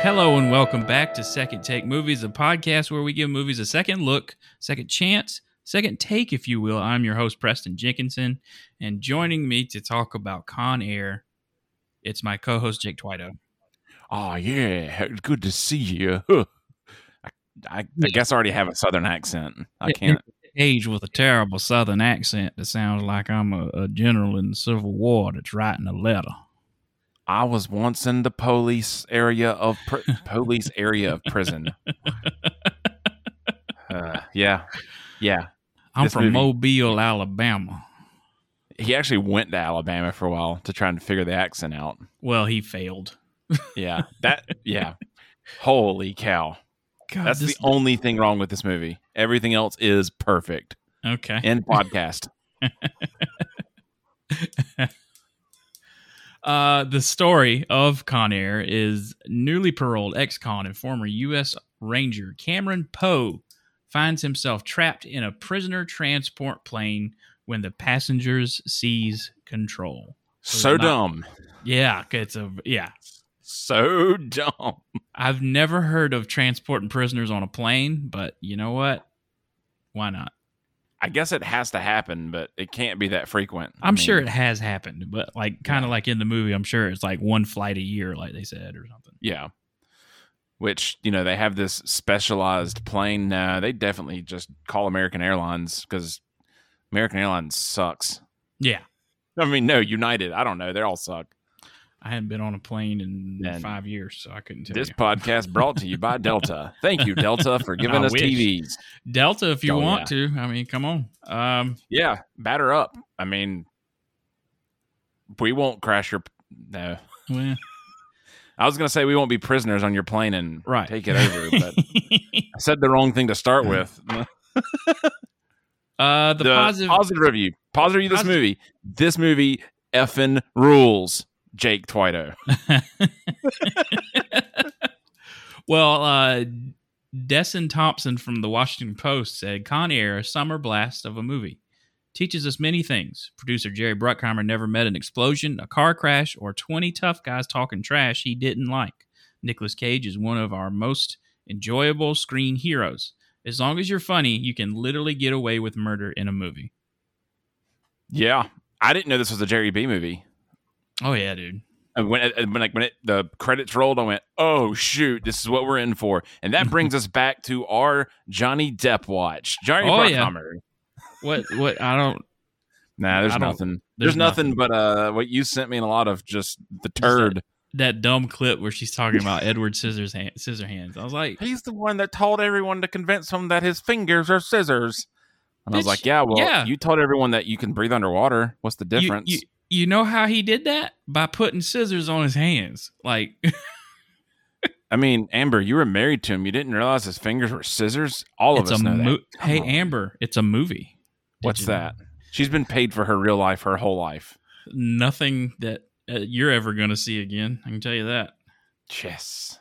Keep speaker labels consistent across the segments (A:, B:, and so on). A: Hello and welcome back to Second Take Movies, a podcast where we give movies a second look, second chance, second take, if you will. I'm your host, Preston Jenkinson, and joining me to talk about Con Air, it's my co host, Jake Twido.
B: Oh yeah, good to see you. Huh. I, I, I guess I already have a southern accent. I can't.
A: Age with a terrible southern accent that sounds like I'm a, a general in the Civil War that's writing a letter.
B: I was once in the police area of pr- police area of prison. Uh, yeah, yeah.
A: I'm
B: This
A: from
B: movie-
A: Mobile, Alabama.
B: He actually went to Alabama for a while to try and figure the accent out.
A: Well, he failed.
B: Yeah, that. Yeah. Holy cow!
A: God,
B: That's the
A: this-
B: only thing wrong with this movie. Everything else is perfect.
A: okay.
B: End podcast.
A: Uh, the story of Con Air is newly paroled ex con and former U.S. Ranger Cameron Poe finds himself trapped in a prisoner transport plane when the passengers seize control.
B: So
A: not-
B: dumb.
A: Yeah, it's a yeah.
B: So dumb.
A: I've never heard of transporting prisoners on a plane, but you know what? Why not?
B: I guess it has to happen, but it can't be that frequent. I
A: I'm sure
B: mean,
A: it has happened, but like kind of like in the movie, I'm sure it's like one flight a year, like they said, or something.
B: Yeah. Which, you know, they have this specialized plane. No, they definitely just call American Airlines because American Airlines sucks.
A: Yeah,
B: I mean, no, United. I don't know. They all suck.
A: I hadn't been on a plane in
B: And
A: five years, so I couldn't tell
B: This
A: you.
B: podcast brought to you by Delta. Thank you, Delta, for giving
A: I
B: us
A: wish.
B: TVs.
A: Delta, if you
B: Oh,
A: want to. I mean, come on. Um,
B: Yeah, batter up. I mean, we won't crash your. No,
A: well,
B: I was gonna say we won't be prisoners on your plane and
A: Right.
B: take it over, but I said the wrong thing to start with.
A: uh, the, positive.
B: review. Positive review. This
A: Positive-
B: movie. This movie effing rules. Jake Twido.
A: well, uh, Desson Thompson from the Washington Post said, "Con Air, a summer blast of a movie, teaches us many things." Producer Jerry Bruckheimer never met an explosion, a car crash, or twenty tough guys talking trash he didn't like. Nicolas Cage is one of our most enjoyable screen heroes. As long as you're funny, you can literally get away with murder in a movie.
B: Yeah, I didn't know this was a Jerry B movie.
A: Oh yeah, dude.
B: And When, it, when like when it, the credits rolled, I went, "Oh shoot, this is what we're in for." And that brings us back to our Johnny Depp watch. Johnny
A: Oh,
B: oh,
A: yeah. What? What? I don't.
B: Nah, there's
A: I don't-
B: nothing.
A: there's
B: There's, nothing, but uh, what you sent me and a lot of just the turd.
A: that dumb clip where she's talking about Edward Scissors hand, Scissorhands. I was like,
B: He's the one that told everyone to convince him that his fingers are scissors. And I was
A: Bitch,
B: like, yeah, well,
A: yeah.
B: you told everyone that you can breathe underwater. What's the
A: you-
B: difference?
A: You, you, know how he did that by putting scissors on his hands. Like,
B: I mean, Amber, you were married to him. You didn't realize his fingers were scissors. All of
A: it's
B: us
A: a
B: know
A: mo-
B: that. Come
A: hey
B: on.
A: Amber, it's a movie. Did
B: What's
A: you know?
B: that? She's been paid for her real life her whole life.
A: Nothing that uh, you're ever going to see again. I can tell you that.
B: Yes.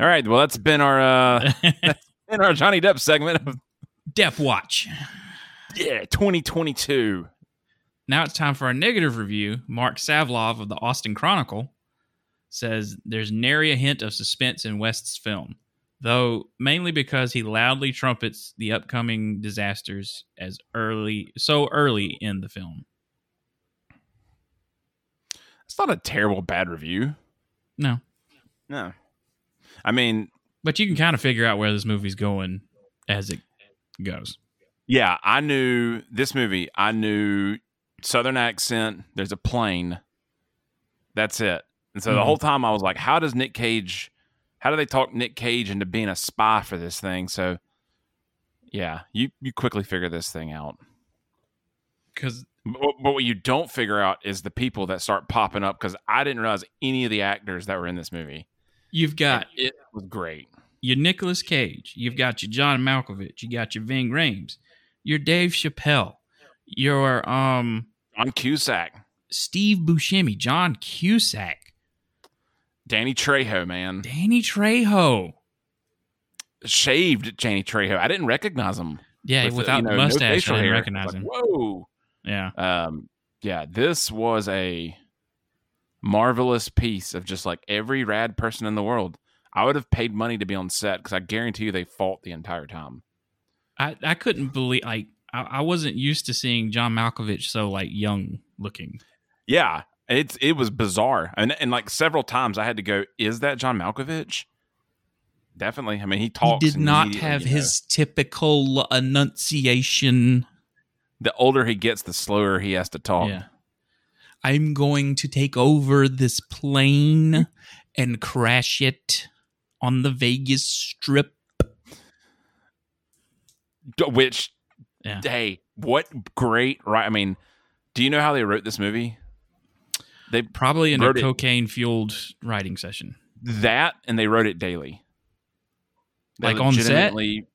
B: All right. Well, that's been our uh, been our Johnny Depp segment of
A: Death Watch.
B: yeah 2022.
A: Now it's time for our negative review. Mark Savlov of the Austin Chronicle says there's nary a hint of suspense in West's film, though mainly because he loudly trumpets the upcoming disasters as early so early in the film.
B: It's not a terrible bad review.
A: No.
B: No. I mean,
A: But you can kind of figure out where this movie's going as it goes.
B: Yeah, I knew this movie. I knew Southern accent. There's a plane. That's it. And so
A: Mhm.
B: the whole time I was like, how does Nick Cage, how do they talk Nick Cage into being a spy for this thing? So yeah, you, you quickly figure this thing out.
A: Cuz
B: But, but what you don't figure out is the people that start popping up because I didn't realize any of the actors that were in this movie.
A: you've got
B: It was great.
A: your Nicolas Cage, you've got your John Malkovich, you got your Ving Rhames, your Dave Chappelle, your um
B: On Cusack,
A: Steve Buscemi, John Cusack,
B: Danny Trejo, man.
A: Danny Trejo.
B: Shaved Danny Trejo. I didn't recognize him.
A: Yeah,
B: with, uh,
A: without
B: you know,
A: the
B: no
A: mustache,
B: facial
A: I didn't
B: hair.
A: recognize
B: It's like,
A: him.
B: Whoa.
A: Yeah,
B: Um, yeah, this was a marvelous piece of just like every rad person in the world. I would have paid money to be on set because I guarantee you they fought the entire time.
A: I, I couldn't believe like I, I wasn't used to seeing John Malkovich so like young looking.
B: Yeah, it's it was bizarre, and and like several times I had to go, "Is that John Malkovich?" Definitely. I mean, he
A: He
B: talks.
A: did not
B: immediately,
A: have
B: you know.
A: his typical enunciation.
B: The older he gets, the slower he has to talk.
A: Yeah. I'm going to take over this plane and crash it on the Vegas Strip.
B: D- Which,
A: Yeah.
B: hey, what great right? I mean, do you know how they wrote this movie? They
A: Probably in
B: Wrote
A: a
B: it.
A: cocaine fueled writing session.
B: that and they wrote it daily.
A: Like on set?
B: legitimately-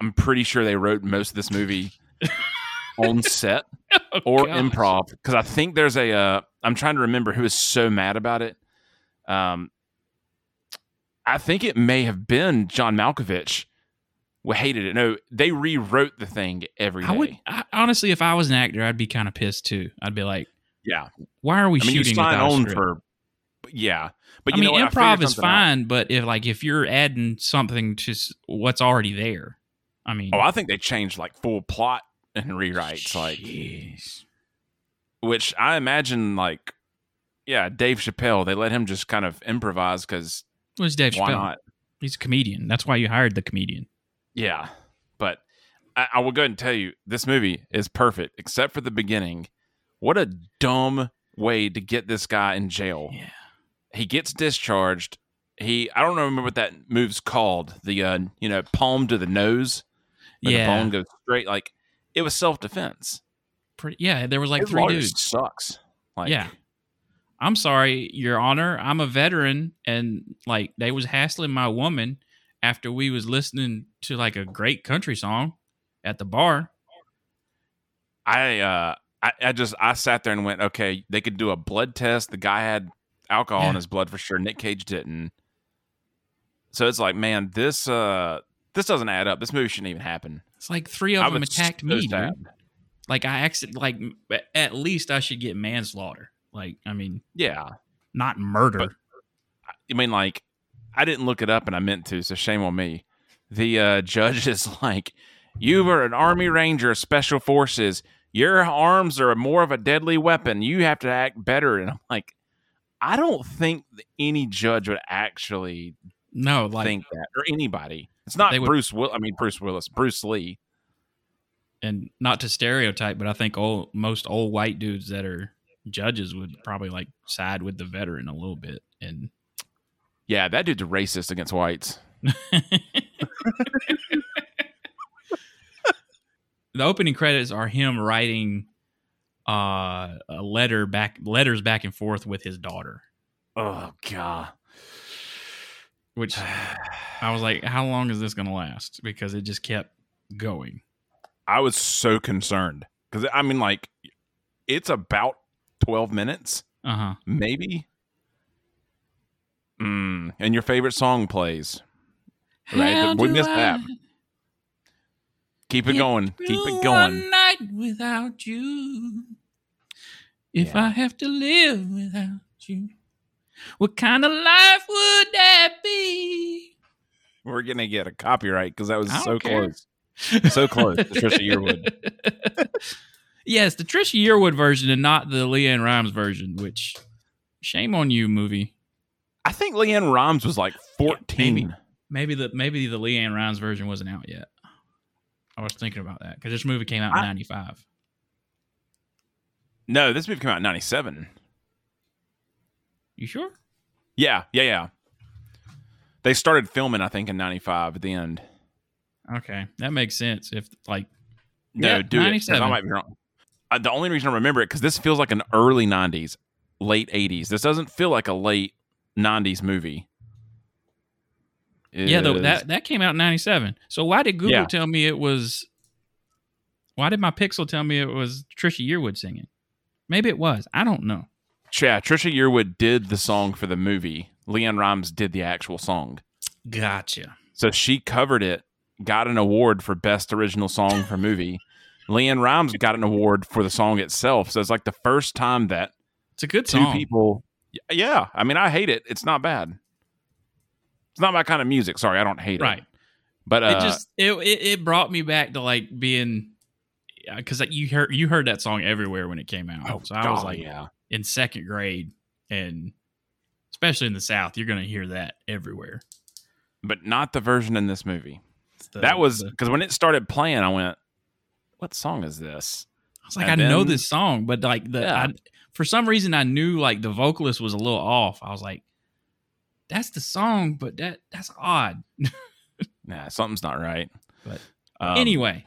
B: I'm pretty sure they wrote most of this movie on set or
A: Oh, gosh.
B: improv because I think there's a. Uh, I'm trying to remember who is so mad about it. Um, I think it may have been John Malkovich. who hated it. No, they rewrote the thing every day.
A: I would I, honestly, if I was an actor, I'd be kind of pissed too. I'd be like,
B: yeah,
A: "Why are we
B: I mean, you
A: shooting
B: sign
A: without a
B: on
A: script?"
B: for. Yeah, but
A: I
B: you
A: mean,
B: know what? I
A: improv
B: figured
A: is
B: something out.
A: fine, but if like if you're adding something to s- what's already there, I mean,
B: Oh, I think they changed like full plot and rewrites, like
A: Jeez.
B: which I imagine like yeah, Dave Chappelle, they let him just kind of improvise because
A: what's Dave
B: why
A: Chappelle?
B: not?
A: He's a comedian. That's why you hired the comedian.
B: Yeah. But I, I will go ahead and tell you this movie is perfect except for the beginning. What a dumb way to get this guy in jail.
A: Yeah.
B: He gets discharged. He I don't remember what that move's called. The uh, you know, palm to the nose. where
A: yeah,
B: The bone goes straight like it was self defense.
A: pretty, yeah. There was like three dudes.
B: sucks. Like
A: yeah, I'm sorry, Your Honor. I'm a veteran, and like they was hassling my woman after we was listening to like a great country song at the bar.
B: I uh I, I just I sat there and went, okay, they could do a blood test. The guy had alcohol in
A: Yeah.
B: his blood for sure. Nick Cage didn't. So it's like, man, this uh this doesn't add up. This movie shouldn't even happen.
A: It's like three of
B: I
A: them
B: was
A: attacked
B: so
A: me, dude.
B: sad.
A: Like I accident, like m- at least I should get manslaughter. Like I mean,
B: Yeah.
A: not murder.
B: But- I mean, like, I didn't look it up and I meant to, so shame on me. The uh, judge is like, You were an Army Ranger, Special Forces. Your arms are more of a deadly weapon. You have to act better. And I'm like, I don't think that any judge would actually
A: no, like
B: think that, or anybody. It's not
A: They would-
B: Bruce Will. I mean, Bruce Willis, Bruce Lee.
A: and not to stereotype, but I think all most old white dudes that are judges would probably like side with the veteran a little bit. And
B: Yeah, that dude's racist against whites.
A: the opening credits are him writing uh, a letter back, letters back and forth with his daughter.
B: Oh god.
A: Which I was like, how long is this going to last? Because it just kept going.
B: I was so concerned because I mean, like, it's about twelve minutes.
A: Uh huh.
B: maybe. Mm, and your favorite song plays. Right,
A: How
B: we
A: do
B: missed
A: I
B: that. Keep it
A: Yeah,
B: going. Keep
A: do
B: it
A: One
B: going.
A: night without you. If
B: Yeah.
A: I have to live without you, what kind of life would that be?
B: We're gonna get a copyright because that was
A: I don't
B: so
A: care.
B: close. So close, Trisha
A: Yearwood. yes, the Trisha Yearwood version and not the Leanne Rhymes version, which shame on you, movie.
B: I think Leanne Rhymes was like fourteen.
A: maybe. Maybe the maybe the Leanne Rhymes version wasn't out yet. I was thinking about that because this movie came out in
B: I-
A: '95.
B: No, this movie came out in ninety seven.
A: You sure?
B: Yeah, yeah, yeah. They started filming, I think, in ninety five at the end.
A: Okay, that makes sense. If like
B: No,
A: Yeah,
B: do it. 'cause I
A: 97.
B: might be wrong. Uh, the only reason I remember it because this feels like an early '90s, late '80s. This doesn't feel like a late '90s movie.
A: Yeah, though
B: Is-
A: that that came out in '97. So why did Google
B: Yeah.
A: tell me it was? Why did my Pixel tell me it was Trisha Yearwood singing? Maybe it was. I don't know.
B: yeah, Trisha Yearwood did the song for the movie. Leon Rhymes did the actual song,
A: Gotcha.
B: so she covered it, got an award for best original song for movie. Leon Rhymes got an award for the song itself, so it's like the first time that
A: It's a good
B: two
A: song.
B: people. Yeah, I mean, I hate it. It's not bad. It's It's not my kind of music. Sorry, I don't hate it.
A: Right.
B: But uh,
A: it just it, it it brought me back to like being because you heard you heard that song everywhere when it came out.
B: oh,
A: so I was
B: golly,
A: like
B: yeah.
A: in second grade, and especially in the South, you're gonna hear that everywhere.
B: But not the version in this movie.
A: It's the-
B: that was
A: the-
B: because when it started playing, I went, "What song is this?"
A: I was like, I
B: and
A: know
B: then-
A: this song, but like the
B: Yeah.
A: I, for some reason I knew like the vocalist was a little off. I was like, that's the song, but that that's odd.
B: Nah, something's not right.
A: But
B: Um,
A: anyway,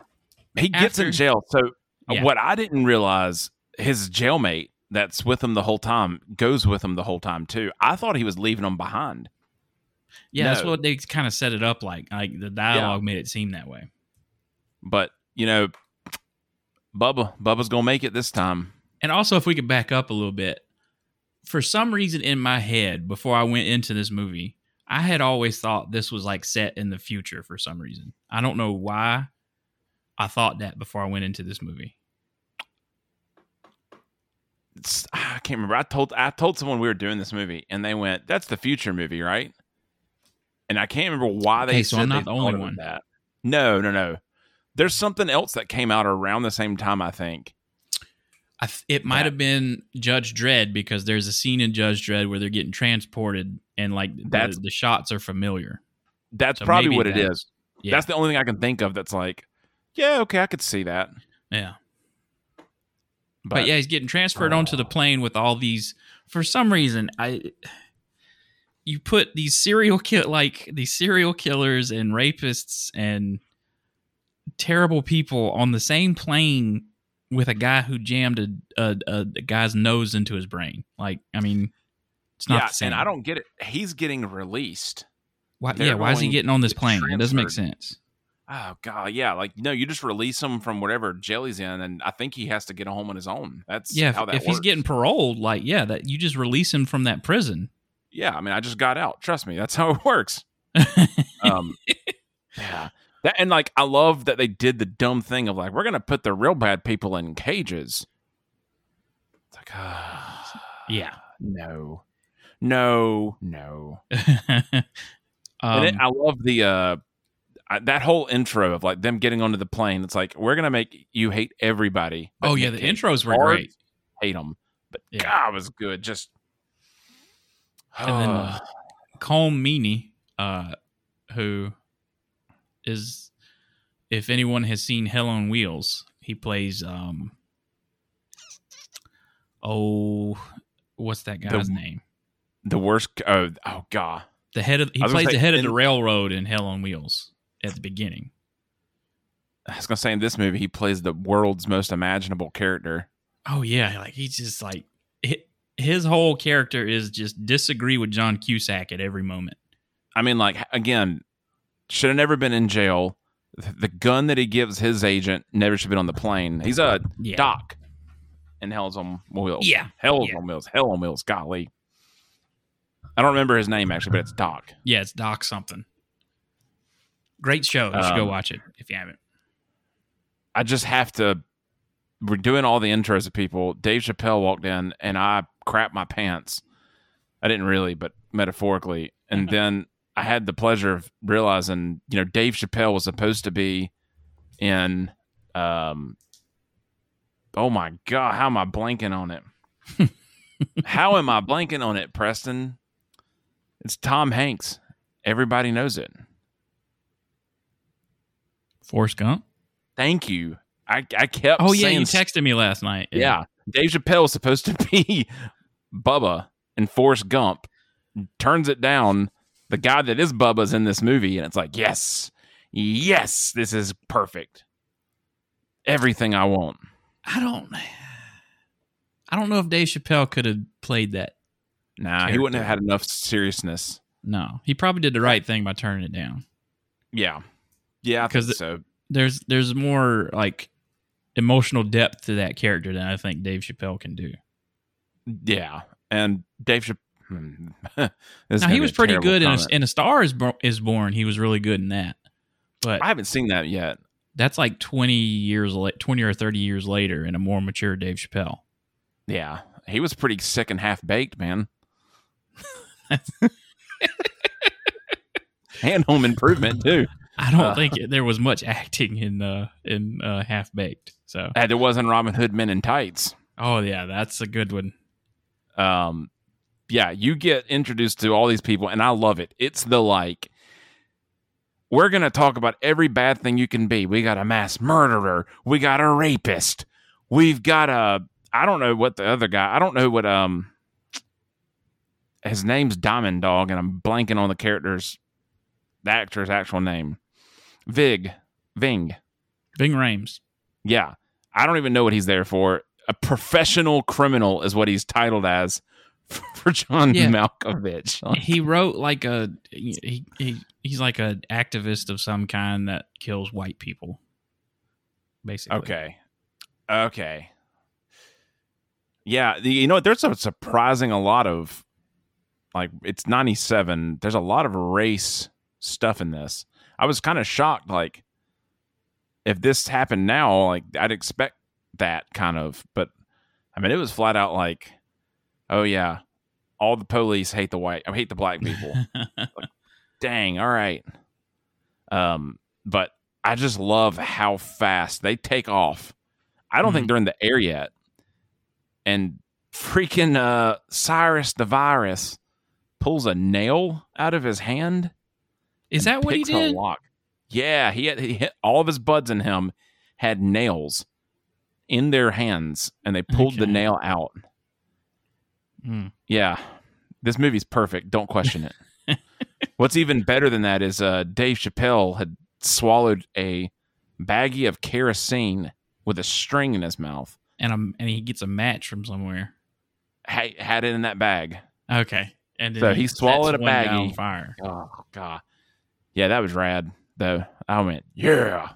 B: he gets in
A: after-
B: jail. So uh,
A: Yeah.
B: what I didn't realize, his jailmate that's with him the whole time goes with him the whole time too. I thought he was leaving him behind.
A: yeah, that's
B: no.
A: what they kind of set it up like. Like the dialogue made it seem that way.
B: But you know, Bubba, Bubba's gonna make it this time.
A: And also, if we could back up a little bit, for some reason in my head, before I went into this movie, I had always thought this was like set in the future for some reason. I don't know why I thought that before I went into this movie.
B: It's, I can't remember. I told I told someone we were doing this movie, and they went, "That's the future movie, right?" And I can't remember why they.
A: Okay, so
B: said
A: I'm
B: they
A: not the only
B: thought it was
A: one.
B: That. No, no, no. There's something else that came out around the same time. I think.
A: I th- it might
B: Yeah.
A: have been Judge Dredd because there's a scene in Judge Dredd where they're getting transported and like the,
B: That's-
A: the shots are familiar.
B: That's
A: So
B: probably
A: maybe
B: what it
A: that-
B: is.
A: Yeah.
B: That's the only thing I can think of that's like, yeah, okay, I could see that.
A: yeah.
B: But,
A: But, yeah, he's getting transferred onto the plane with all these. For some reason, I you put these serial kill like these serial killers and rapists and terrible people on the same plane with a guy who jammed a a, a, a guy's nose into his brain. Like, I mean, it's not
B: yeah,
A: the same.
B: and I don't get it. He's getting released.
A: Why,
B: they're
A: yeah, why is he
B: going
A: getting on this
B: to get
A: plane? It doesn't make sense.
B: Oh god, yeah, like no, you just release him from whatever jail he's in, and I think he has to get home on his own. That's
A: Yeah, if,
B: how that
A: if he's
B: works.
A: getting paroled, like yeah, that you just release him from that prison.
B: yeah, I mean, I just got out. Trust me, that's how it works. Um, yeah, that and like I love that they did the dumb thing of like we're gonna put the real bad people in cages. It's like, ah,
A: yeah.
B: no, no, no.
A: Um,
B: and it, I love the uh I- that whole intro of like them getting onto the plane. It's like we're gonna make you hate everybody. but
A: oh yeah,
B: Nick
A: the
B: Cage.
A: intros were
B: Hard,
A: great.
B: Hate them, but
A: Yeah.
B: God, it was good. Just
A: And then uh,
B: Ah,
A: Colm Meaney, uh, who is, if anyone has seen Hell on Wheels, he plays. um Oh, what's that guy's name?
B: the worst. Oh, oh God,
A: The head of he
B: I was gonna
A: plays
B: say
A: the head of the
B: in-
A: railroad in Hell on Wheels at the beginning.
B: I was gonna say in this movie he plays the world's most imaginable character.
A: Oh yeah, like he's just like hi- his whole character is just disagree with John Cusack at every moment.
B: I mean, like again, should have never been in jail. Th- The gun that he gives his agent never should have been on the plane. He's a
A: Yeah,
B: doc, and Hell's on Wheels.
A: yeah,
B: Hell
A: Yeah.
B: on Wheels. Hell on Wheels. Golly. I don't remember his name actually, but it's Doc.
A: yeah. It's Doc something. Great show. You should go
B: Um,
A: watch it if you haven't.
B: I just have to. We're doing all the intros of people. Dave Chappelle walked in, and I crapped my pants. I didn't really, but metaphorically. And then I had the pleasure of realizing, you know, Dave Chappelle was supposed to be in. Um, oh my god, how am I blanking on it? how am I blanking on it, Preston? It's Tom Hanks. Everybody knows it.
A: Forrest Gump.
B: Thank you. I, I kept.
A: Oh yeah,
B: saying
A: you texted me last night.
B: Yeah. Dave Chappelle is supposed to be Bubba and Forrest Gump. Turns it down. The guy that is Bubba's in this movie, and it's like, yes, yes, this is perfect. Everything I want.
A: I don't. I don't know if Dave Chappelle could have played that.
B: Nah, he wouldn't have had enough seriousness.
A: No, he probably did the right thing by turning it down.
B: Yeah. Yeah, I think
A: 'Cause-
B: so.
A: There's there's more like emotional depth to that character than I think Dave Chappelle can do.
B: Yeah. And Dave hmm. Chappelle.
A: Now he was pretty good in a, in a Star is, Bor- is Born. He was really good in that, but
B: I haven't seen that yet.
A: that's like twenty years late, twenty or thirty years later, in a more mature Dave Chappelle.
B: Yeah. He was pretty sick and half baked, man. and Home Improvement too.
A: I don't
B: Uh,
A: think there was much acting in uh, in uh, Half Baked. So,
B: And it wasn't Robin Hood Men in Tights.
A: oh yeah, that's a good one.
B: Um, yeah, you get introduced to all these people, and I love it. It's the like we're gonna talk about every bad thing you can be. We got a mass murderer. We got a rapist. We've got a I don't know what the other guy. I don't know what um his name's Diamond Dog, and I'm blanking on the character's the actor's actual name. Vig, Ving.
A: Bing Rames.
B: Yeah. I don't even know what he's there for. A professional criminal is what he's titled as for John
A: Yeah.
B: Malkovich. Like,
A: He wrote like a he, he he's like an activist of some kind that kills white people. Basically,
B: Okay. Okay. Yeah, the, you know what? There's a surprising a lot of like it's 97. There's a lot of race stuff in this. I was kind of shocked like if this happened now, like I'd expect that kind of, but I mean it was flat out like oh yeah, all the police hate the white, I hate the black people dang all right um but i just love how fast they take off i don't
A: Mm-hmm.
B: think they're in the air yet and freaking uh cyrus the virus pulls a nail out of his hand
A: Is
B: and
A: that what he
B: picks a
A: did?
B: lock. yeah he had he hit, all of his buds in him had nails in their hands and they pulled the
A: Okay.
B: nail out
A: Hmm.
B: yeah. This movie's perfect. Don't question it. What's even better than that is uh, Dave Chappelle had swallowed a baggie of kerosene with a string in his mouth,
A: And um, and he gets a match from somewhere.
B: ha- had it in that bag.
A: Okay, and then
B: So he
A: sets
B: swallowed a
A: one guy on
B: baggie.
A: fire.
B: Oh, God. Yeah, that was rad, though. I went, yeah.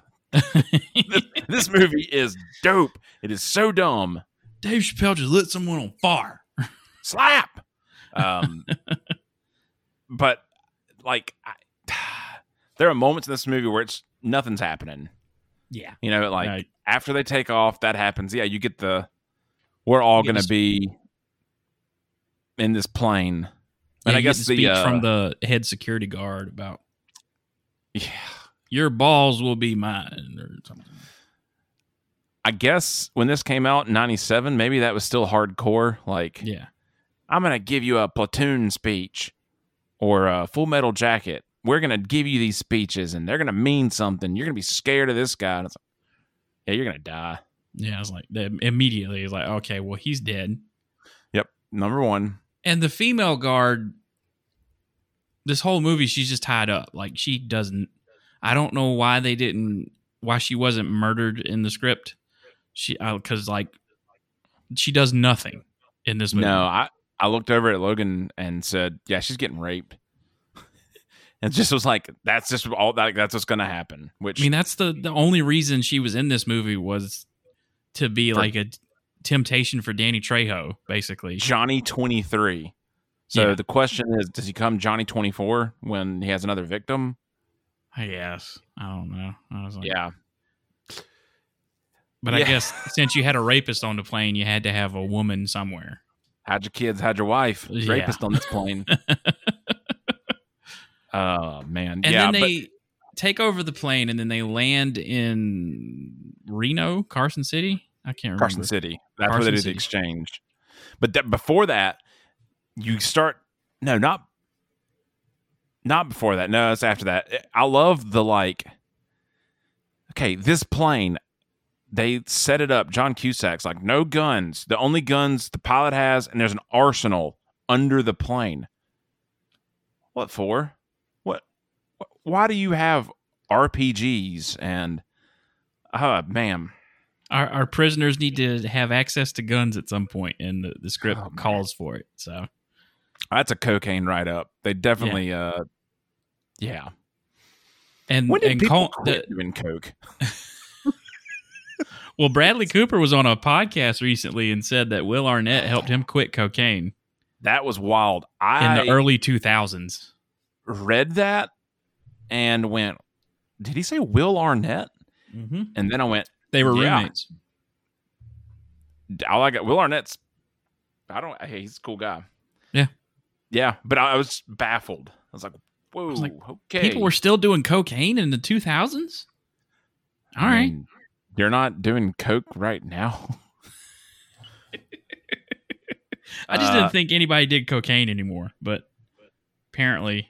B: This movie is dope. It is so dumb.
A: Dave Chappelle just lit someone on fire.
B: slap. Um, but like, I, there are moments in this movie where it's nothing's happening.
A: Yeah,
B: You know, like
A: Right.
B: after they take off, that happens. Yeah, you get the we're all
A: You get
B: going
A: the
B: to be in this plane, and
A: Yeah,
B: I
A: you get
B: guess
A: to
B: the,
A: speak
B: uh,
A: from the head security guard about
B: yeah,
A: your balls will be mine or something.
B: I guess when this came out in '97, maybe that was still hardcore. Like,
A: Yeah,
B: I'm going to give you a platoon speech or a full metal jacket. We're going to give you these speeches and they're going to mean something. You're going to be scared of this guy. And it's like, yeah, you're going to die.
A: yeah. I was like, they- immediately, it's like, okay, well, he's dead.
B: Yep. Number one.
A: And the female guard, this whole movie, she's just tied up. Like she doesn't. I don't know why they didn't. Why she wasn't murdered in the script? She because like she does nothing in this movie.
B: No, I, I looked over at Logan and said, yeah, she's getting raped. and just was like, that's just all that, that's what's going to happen. Which,
A: I mean, that's the the only reason she was in this movie was to be
B: For-
A: like a temptation for Danny Trejo, basically.
B: Johnny 23. So
A: Yeah.
B: the question is, does he come Johnny 24 when he has another victim?
A: I guess I don't know. I was like,
B: Yeah.
A: but I
B: Yeah.
A: guess since you had a rapist on the plane, you had to have a woman somewhere.
B: How'd your kids? How'd your wife?
A: Yeah.
B: Rapist on this plane. Oh man,
A: And
B: yeah,
A: then they take over the plane, and then they land in Reno, Carson City. I can't remember.
B: but Carson City. That's where
A: Carson
B: they did the
A: City.
B: exchange. But that before that, you start. No, not not before that. No, it's after that. Eh, I love the like. Okay, this plane, they set it up. John Cusack's like no guns. The only guns the pilot has, and there's an arsenal under the plane. What for? What? wh- Why do you have RPGs and? Oh man.
A: Our, our prisoners need to have access to guns at some point, and the, the script
B: Oh, man.
A: calls for it. So
B: That's a cocaine write up. They definitely, uh, yeah.
A: and
B: When did
A: and
B: people
A: Col- the,
B: quit doing coke?
A: Well, Bradley Cooper was on a podcast recently and said that Will Arnett helped him quit cocaine
B: That was wild.
A: in
B: I
A: the early 2000s.
B: read that and went, "Did he say Will Arnett?"
A: Mm-hmm.
B: And then I went,
A: They were
B: Yeah.
A: roommates.
B: "I like it. Will Arnett's. I don't. Hey, he's a cool guy.
A: Yeah.
B: yeah." But I, I was baffled. I was like, Whoa.
A: like,
B: okay.
A: People were still doing cocaine in the 2000s? All
B: I
A: right.
B: mean, They're not doing coke right now.
A: I just
B: Uh,
A: didn't think anybody did cocaine anymore, but apparently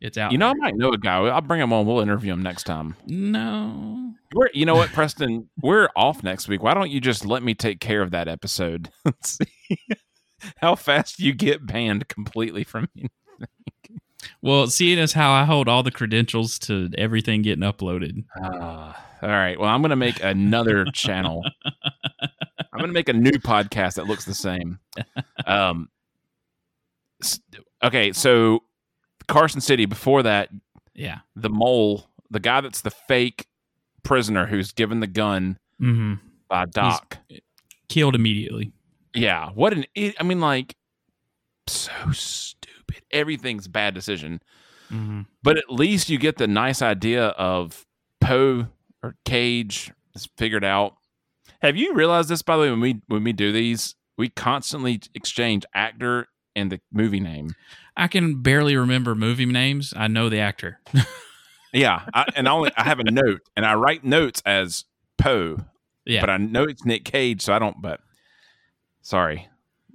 A: it's out.
B: You know, I might know a guy. I'll bring him on. We'll interview him next time.
A: no.
B: We're, you know what, Preston? We're off next week. Why don't you just let me take care of that episode? Let's see how fast you get banned completely from me.
A: Well, seeing as how I hold all the credentials to everything getting uploaded,
B: all right. Well, I'm going to make another channel. I'm going to make a new podcast that looks the same. Um, s- okay. So, Carson City, before that,
A: yeah.
B: the mole, the guy that's the fake prisoner who's given the gun
A: hmm
B: by Doc.
A: Killed immediately.
B: Yeah, what an i- I mean, like so stupid. Everything's bad decision,
A: hmm
B: but at least you get the nice idea of Poe or Cage is figured out. Have you realized this by the way? When we when we do these, we constantly exchange actor and the movie name.
A: I can barely remember movie names. I know the actor.
B: Yeah, I, and I only I have a note, and I write notes as Poe.
A: Yeah.
B: but I know it's Nick Cage, so I don't. But sorry,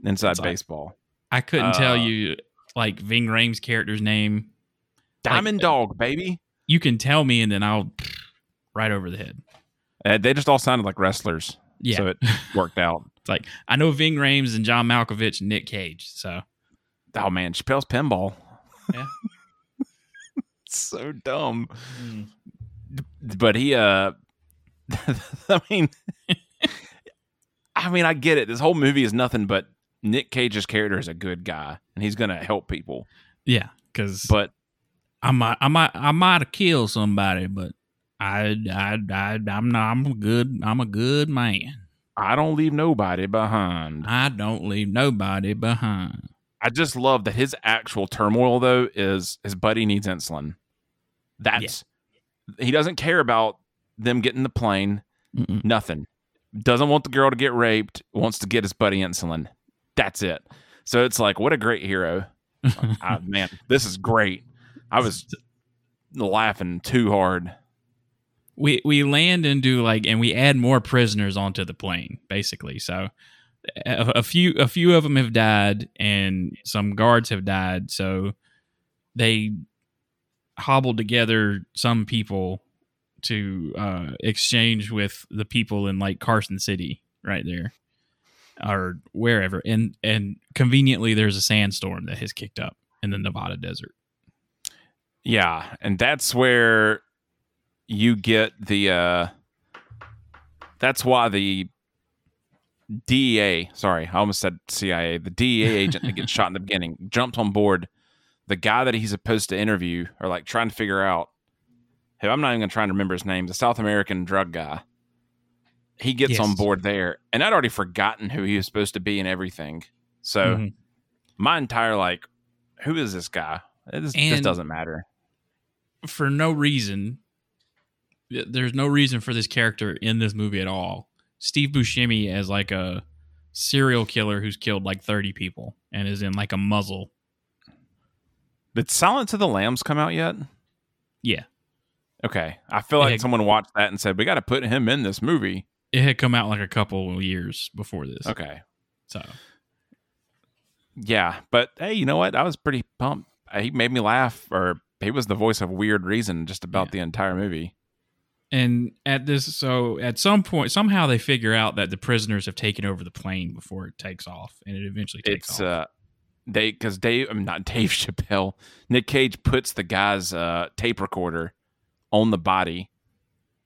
B: inside
A: That's all right.
B: baseball,
A: I couldn't tell
B: Uh,
A: you like Ving Rhames' character's name.
B: Diamond Dog, baby.
A: You can tell me, and then I'll right over the head.
B: Uh, they just all sounded like wrestlers.
A: Yeah,
B: So it worked out.
A: it's like I know Ving Rhames and John Malkovich and Nick Cage. So
B: Oh man, Chappelle's pinball.
A: Yeah.
B: so dumb. Mm. But he uh I mean I mean I get it. This whole movie is nothing but Nick Cage's character is a good guy and he's gonna help people.
A: yeah, because
B: But
A: I might, I might, I might have killed somebody, but I, I, I, I'm not. I'm a good. I'm a good man.
B: I don't leave nobody behind.
A: I don't leave nobody behind.
B: I just love that his actual turmoil though is his buddy needs insulin. That's he doesn't care about them getting the plane.
A: Mm-mm.
B: Nothing. Doesn't want the girl to get raped. Wants to get his buddy insulin. That's it. So it's like, what a great hero. I, man, this is great. I was laughing too hard.
A: we we land and do like and we add more prisoners onto the plane basically so a, a few a few of them have died and some guards have died so they hobbled together some people to uh exchange with the people in like Carson City right there or wherever and and conveniently there's a sandstorm that has kicked up in the Nevada desert
B: Yeah, and that's where you get the. uh That's why the DEA. Sorry, I almost said CIA. The DEA agent that gets shot in the beginning jumps on board. The guy that he's supposed to interview or like trying to figure out. Hey, I'm not even gonna try and remember his name. The South American drug guy. He gets
A: Yes.
B: on board there, and I'd already forgotten who he was supposed to be and everything. So
A: Mhm.
B: my entire like, who is this guy? This, this
A: And-
B: doesn't matter.
A: for no reason. th- There's no reason for this character in this movie at all. Steve Buscemi as like a serial killer who's killed like 30 people and is in like a muzzle.
B: Did Silence of the Lambs come out yet?
A: Yeah,
B: Okay. I feel like
A: Yeah.
B: someone watched that and said, we got to put him in this movie.
A: it had come out like a couple of years before this.
B: Okay.
A: So
B: Yeah. But hey, you know what? I was pretty pumped. Uh, He made me laugh, or he was the voice of Weird Reason just about
A: Yeah.
B: the entire movie.
A: and at this, so at some point, somehow they figure out that the prisoners have taken over the plane before it takes off, and it eventually takes
B: It's,
A: off.
B: uh, they, because Dave, I'm not Dave Chappelle, Nick Cage puts the guy's uh, tape recorder on the body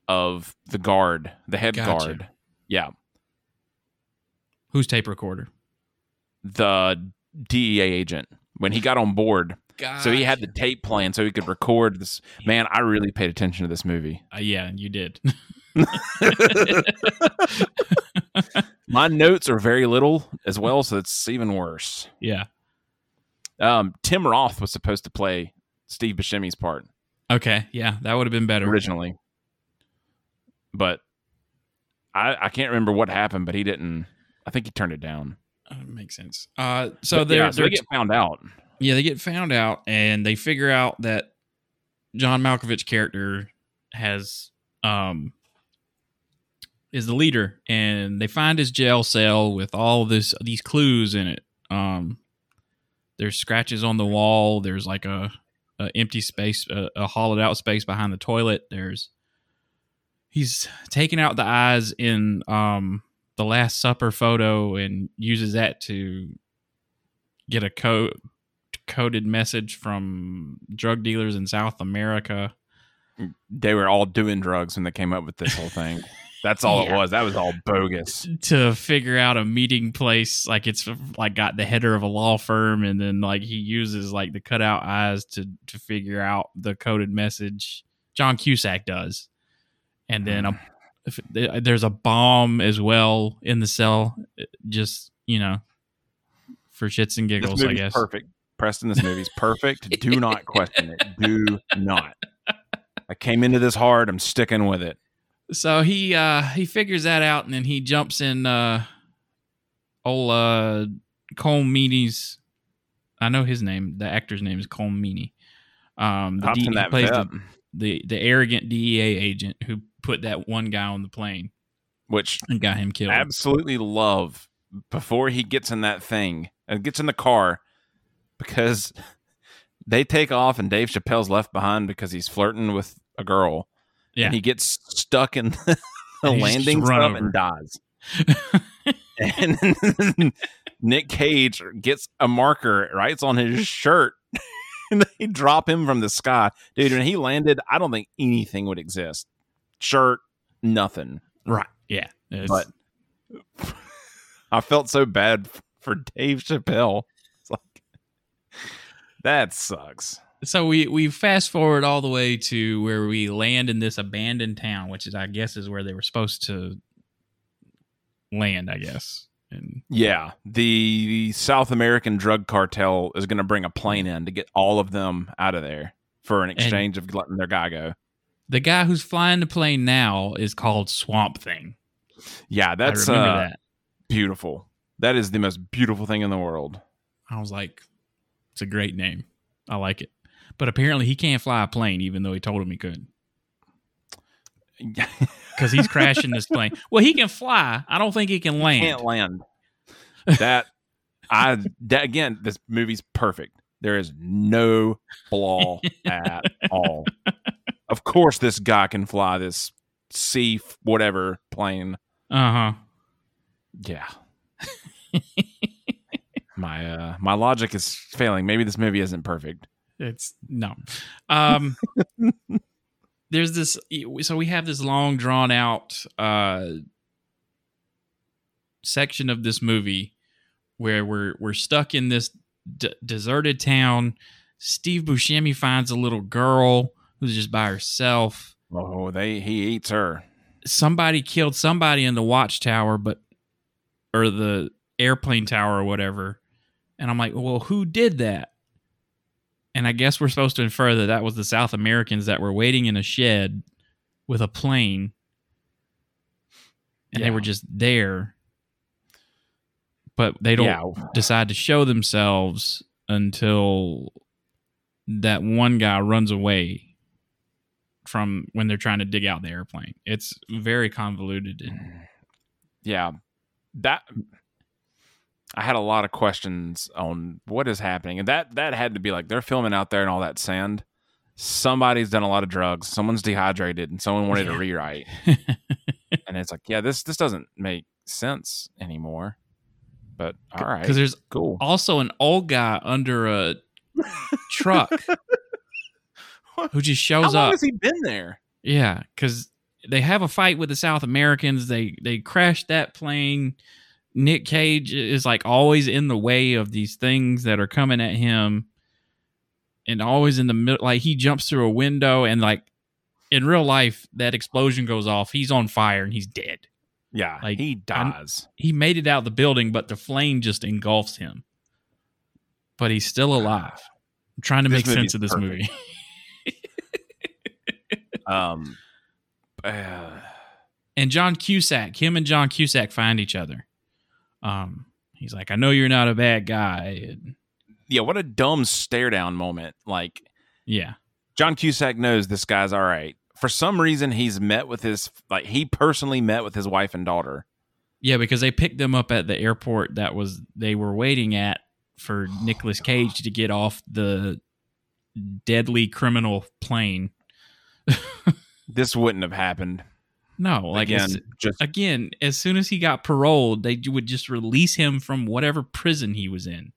B: of the guard, the head
A: Gotcha.
B: guard. Yeah.
A: Who's tape recorder?
B: The DEA agent. When he got on board, So he had the tape playing so he could record this. Man, I really paid attention to this movie.
A: Uh, yeah, you did.
B: My notes are very little as well, so it's even worse.
A: yeah.
B: Um, Tim Roth was supposed to play Steve Buscemi's part
A: Okay. Yeah, that would have been better.
B: originally, but I, I can't remember what happened. But he didn't. I think he turned it down.
A: Uh, makes sense. Uh, so
B: But yeah,
A: there,
B: so
A: there-
B: they get found out.
A: Yeah, they get found out and they figure out that John Malkovich character has um is the leader and they find his jail cell with all this these clues in it. Um there's scratches on the wall, there's like a, a empty space a, a hollowed out space behind the toilet. There's he's taking out the eyes in um the last supper photo and uses that to get a code coded message from drug dealers in South America.
B: They were all doing drugs when they came up with this whole thing. That's all
A: Yeah.
B: it was. That was all bogus.
A: to figure out a meeting place like it's like got the header of a law firm and then like he uses like the cutout eyes to to figure out the coded message john cusack does and then a, if, there's a bomb as well in the cell just you know for shits and
B: This
A: giggles i
B: movie's
A: guess
B: perfect. Preston, this movie's perfect. Do not question it. Do not. I came into this hard. I'm sticking with it.
A: so he uh he figures that out and then he jumps in uh old uh Cole Meany's I know his name, the actor's name is Cole Meany. Um the
B: Hopped
A: D,
B: in
A: he
B: that
A: plays
B: vet,
A: the, the the arrogant DEA agent who put that one guy on the plane
B: which
A: and got him killed.
B: absolutely love before he gets in that thing and gets in the car because they take off and Dave Chappelle's left behind because he's flirting with a girl.
A: Yeah.
B: And he gets stuck in the,
A: And he's just
B: landing
A: run
B: strip
A: over.
B: and dies. and Nick Cage gets a marker, right? It's on his shirt. and they drop him from the sky. Dude, when he landed, I don't think anything would exist. Shirt, nothing.
A: right. Yeah. It's-
B: But I felt so bad f- for Dave Chappelle. It's like that sucks.
A: so we we fast forward all the way to where we land in this abandoned town, which is I guess is where they were supposed to land, I guess. And
B: Yeah, the South American drug cartel is going to bring a plane in to get all of them out of there for an exchange of letting their guy go.
A: the guy who's flying the plane now is called Swamp Thing.
B: Yeah, that's
A: I remember
B: uh,
A: that.
B: beautiful. That is the most beautiful thing in the world.
A: I was like, it's a great name. I like it. But apparently he can't fly a plane, even though he told him he could, because he's crashing this plane. Well, he can fly. I don't think he can land.
B: Can't land. That I that again. This movie's perfect. There is no flaw at all. Of course, this guy can fly this C f- whatever plane.
A: Uh huh.
B: Yeah. my uh my logic is failing. Maybe this movie isn't perfect.
A: It's no. Um, there's this. e, So we have this long, drawn out uh, section of this movie where we're we're stuck in this d- deserted town. Steve Buscemi finds a little girl who's just by herself.
B: Oh, they he eats her.
A: Somebody killed somebody in the watchtower, but or the airplane tower or whatever. And I'm like, well, who did that? And I guess we're supposed to infer that that was the South Americans that were waiting in a shed with a plane and they
B: Yeah.
A: were just there. But they don't
B: Yeah.
A: decide to show themselves until that one guy runs away from when they're trying to dig out the airplane. It's very convoluted. And,
B: yeah that i had a lot of questions on what is happening and that that had to be like they're filming out there in all that sand somebody's done a lot of drugs someone's dehydrated and someone wanted
A: Yeah.
B: to rewrite and it's like yeah this this doesn't make sense anymore but all right
A: Because there's
B: cool
A: also an old guy under a truck who just
B: how
A: shows
B: long
A: up.
B: has he been there
A: yeah, because they have a fight with the South Americans. They they crash that plane. Nick Cage is like always in the way of these things that are coming at him, and always in the middle. Like he jumps through a window, and like in real life, that explosion goes off. He's on fire and he's dead.
B: yeah
A: Like,
B: he
A: I'm-
B: dies
A: He made it out the building, but the flame just engulfs him. But he's still alive. I'm trying to
B: This
A: make
B: movie
A: sense
B: is
A: of this
B: perfect.
A: movie.
B: um uh,
A: and John Cusack, him and John Cusack find each other. Um, he's like, I know you're not a bad guy. And
B: yeah, what a dumb stare down moment. Like
A: Yeah.
B: John Cusack knows this guy's all right. For some reason, he's met with his like he personally met with his wife and daughter.
A: Yeah, because they picked them up at the airport that was they were waiting at for Nicolas Cage to get off the deadly criminal plane.
B: This wouldn't have happened.
A: No, like
B: Again,
A: as-
B: just
A: again, as soon as he got paroled, they would just release him from whatever prison he was in.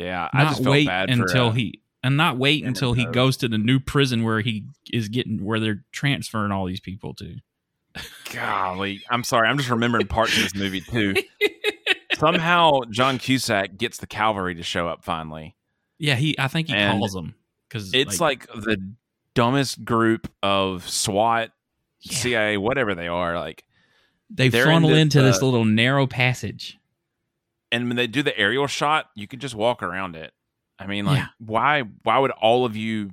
B: yeah. I
A: Not
B: just felt
A: wait
B: bad for,
A: until
B: uh,
A: he and not wait
B: Cameron
A: until he
B: Poe.
A: goes to the new prison where he is getting where they're transferring all these people to.
B: Golly, I'm sorry. I'm just remembering parts of this movie too. Somehow, John Cusack gets the cavalry to show up finally.
A: Yeah, he. I think he
B: And
A: calls them because
B: It's like, the dumbest group of SWAT,
A: Yeah.
B: CIA, whatever they are. Like,
A: they
B: they're in
A: funnel
B: this,
A: into this
B: uh,
A: little narrow passage.
B: and when they do the aerial shot, you can just walk around it. I mean, like,
A: Yeah.
B: why? Why would all of you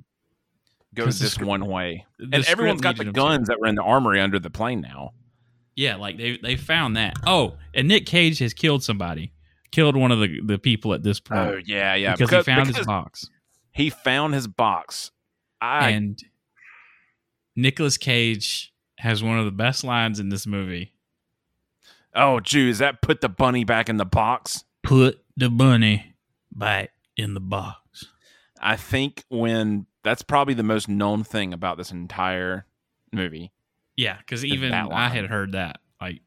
B: go
A: 'Cause the
B: this
A: script-
B: one way?
A: The
B: And
A: script
B: everyone's got the
A: needed him to-
B: guns that were in the armory under the plane now.
A: Yeah, like they they found that. Oh, and Nick Cage has killed somebody, killed one of the the people at this point
B: Oh yeah, yeah.
A: because, he found his
B: because
A: box.
B: he found his box. I
A: and Nicolas Cage has one of the best lines in this movie.
B: oh, Jews, that put the bunny back in the box.
A: Put the bunny back in the box.
B: I think when that's probably the most known thing about this entire movie.
A: Yeah, because even
B: that
A: I had
B: line.
A: heard that. Like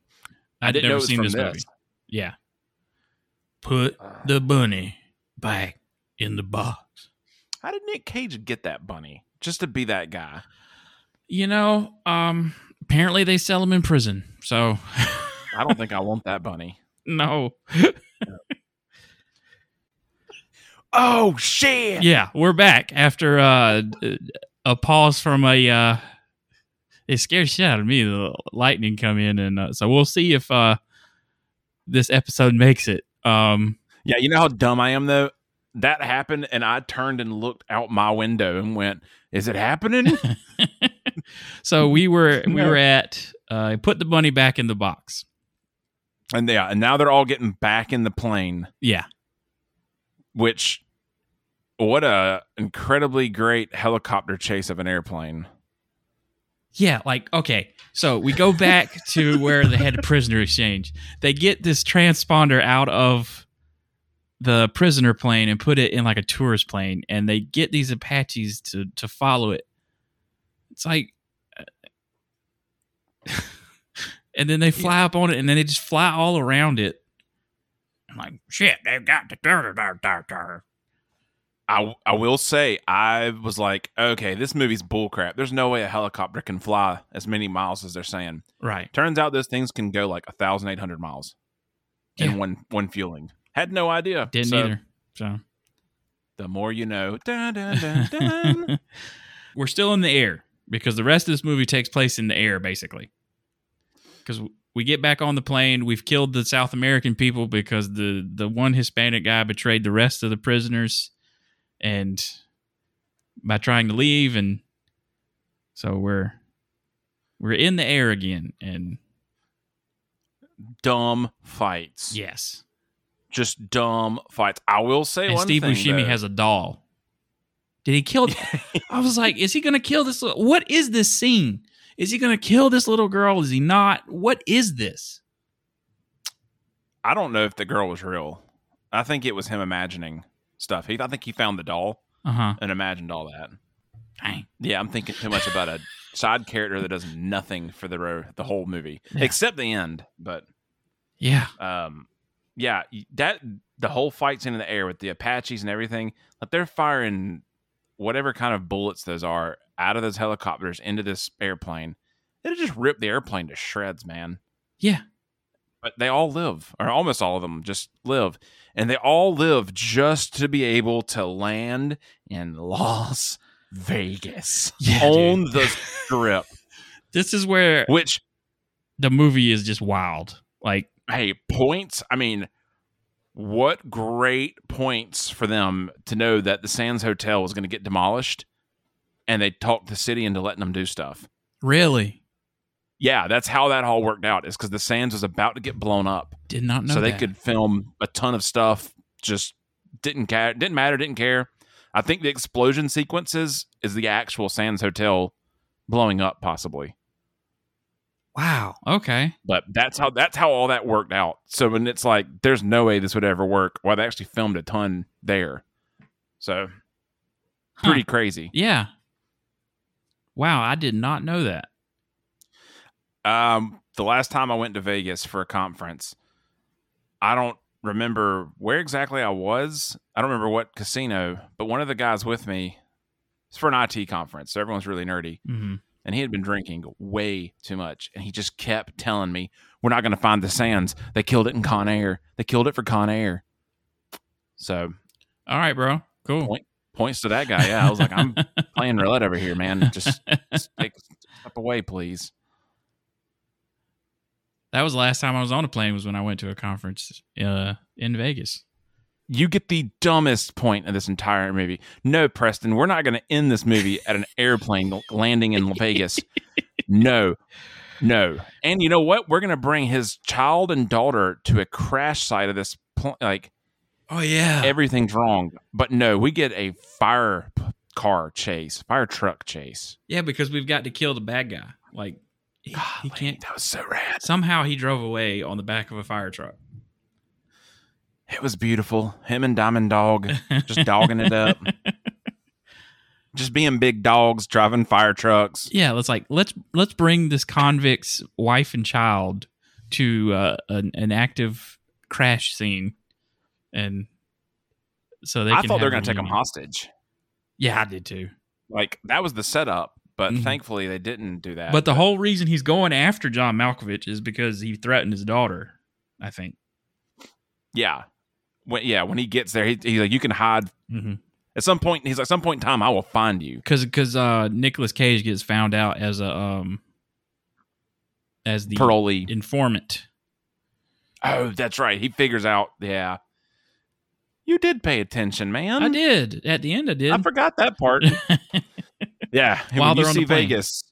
B: I
A: I'd
B: didn't
A: never
B: know it was
A: seen
B: from
A: this, movie.
B: this.
A: Yeah. Put the bunny back in the box.
B: How did Nick Cage get that bunny? Just to be that guy.
A: You know, um, apparently they sell them in prison. So
B: I don't think I want that bunny.
A: no.
B: Oh shit!
A: Yeah, we're back after uh, a pause from a. Uh, it scared shit out of me. The lightning come in, and uh, so we'll see if uh, this episode makes it. Um,
B: Yeah, you know how dumb I am though? That happened and I turned and looked out my window and went, Is it happening?
A: so we were we
B: No.
A: were at uh, put the bunny back in the box.
B: and yeah, and now they're all getting back in the plane,
A: Yeah,
B: which what a incredibly great helicopter chase of an airplane.
A: yeah. Like okay, so we go back to where they had the prisoner exchange. They get this transponder out of the prisoner plane and put it in like a tourist plane, and they get these Apaches to to follow it. It's like, uh, and then they fly up on it, and then they just fly all around it. I'm like, shit, they've got the turtle, turtle, turtle, turtle.
B: I, I will say I was like, okay, this movie's bullcrap. There's no way a helicopter can fly as many miles as they're saying.
A: right?
B: Turns out those things can go like thousand eight hundred miles
A: Yeah.
B: in one one fueling. Had no idea.
A: Didn't
B: So,
A: either. So
B: The more you know. Dun, dun, dun, dun.
A: We're still in the air because the rest of this movie takes place in the air, basically. Because we get back on the plane, we've killed the South American people because the the one Hispanic guy betrayed the rest of the prisoners, and by trying to leave, and so we're we're in the air again, and
B: dumb fights.
A: yes,
B: Just dumb fights. I will say
A: and
B: one
A: Steve
B: thing.
A: Buscemi
B: though.
A: has a doll. Did he kill? I was like, is he gonna kill this? Little, what is this scene? Is he gonna kill this little girl? Is he not? What is this?
B: I don't know if the girl was real. I think it was him imagining stuff. He, I think he found the doll
A: Uh huh.
B: and imagined all that.
A: Dang.
B: Yeah, I'm thinking too much about a side character that does nothing for the ro- the whole movie
A: Yeah.
B: except the end. But
A: Yeah.
B: um, yeah, y- that the whole fight scene in the air with the Apaches and everything, like they're firing whatever kind of bullets those are out of those helicopters into this airplane. It'll just rip the airplane to shreds, man.
A: Yeah.
B: But they all live, or almost all of them just live. And they all live just to be able to land in Las Vegas
A: Yeah.
B: on the strip,
A: This is where
B: which
A: the movie is just wild. Like,
B: hey, points. I mean, what great points for them to know that the Sands Hotel was going to get demolished, and they talked the city into letting them do stuff.
A: really?
B: Yeah, that's how that all worked out. Is because the Sands was about to get blown up,
A: Did not know
B: so they
A: that.
B: could film a ton of stuff just Didn't care. Didn't matter. Didn't care. I think the explosion sequences is the actual Sands Hotel blowing up, possibly.
A: Wow. Okay.
B: But that's how that's how all that worked out. So when it's like, there's no way this would ever work. Well, they actually filmed a ton there. So
A: Huh.
B: pretty crazy.
A: Yeah. Wow, I did not know that.
B: Um, the last time I went to Vegas for a conference, I don't remember where exactly I was. I don't remember what casino, but one of the guys with me, it's for an IT conference, so everyone's really nerdy,
A: hmm
B: and he had been drinking way too much, and he just kept telling me, "We're not going to find the sands. They killed it in Con Air. They killed it for Con Air." So
A: All right, bro. Cool.
B: Point points to that guy. Yeah, I was like, "I'm playing roulette over here, man. Just, just take a step away, please."
A: That was the last time I was on a plane was when I went to a conference uh, in Vegas.
B: You get the dumbest point of this entire movie. No, Preston, we're not going to end this movie at an airplane landing in Vegas. No, no. And you know what? We're going to bring his child and daughter to a crash site of this. Pl- like
A: Oh yeah.
B: everything's wrong, but no, we get a fire p- car chase, fire truck chase.
A: yeah, because we've got to kill the bad guy. Like he, he
B: Golly,
A: can't.
B: That was so rad.
A: Somehow he drove away on the back of a fire truck.
B: It was beautiful. Him and Diamond Dog just dogging it up, just being big dogs driving fire trucks.
A: yeah, let's like let's let's bring this convict's wife and child to uh, an, an active crash scene, and so they.
B: I
A: can
B: thought they were
A: have
B: going to
A: a
B: take him
A: reunion.
B: hostage.
A: Yeah, I did too.
B: Like that was the setup, but
A: Mhm.
B: thankfully they didn't do that.
A: But the whole reason he's going after John Malkovich is because he threatened his daughter. I think.
B: yeah, when, yeah, when he gets there, he, he's like, "You can hide."
A: Because
B: At some point, he's like, "Some point in time, I will find you."
A: because uh, Nicholas Cage gets found out as a um as the
B: Parolee.
A: informant.
B: Oh, that's right. He figures out. Yeah, you did pay attention, man.
A: I did at the end. I did.
B: Um, I forgot that part. yeah, and
A: While
B: when you
A: they're on
B: see
A: the plane.
B: Vegas.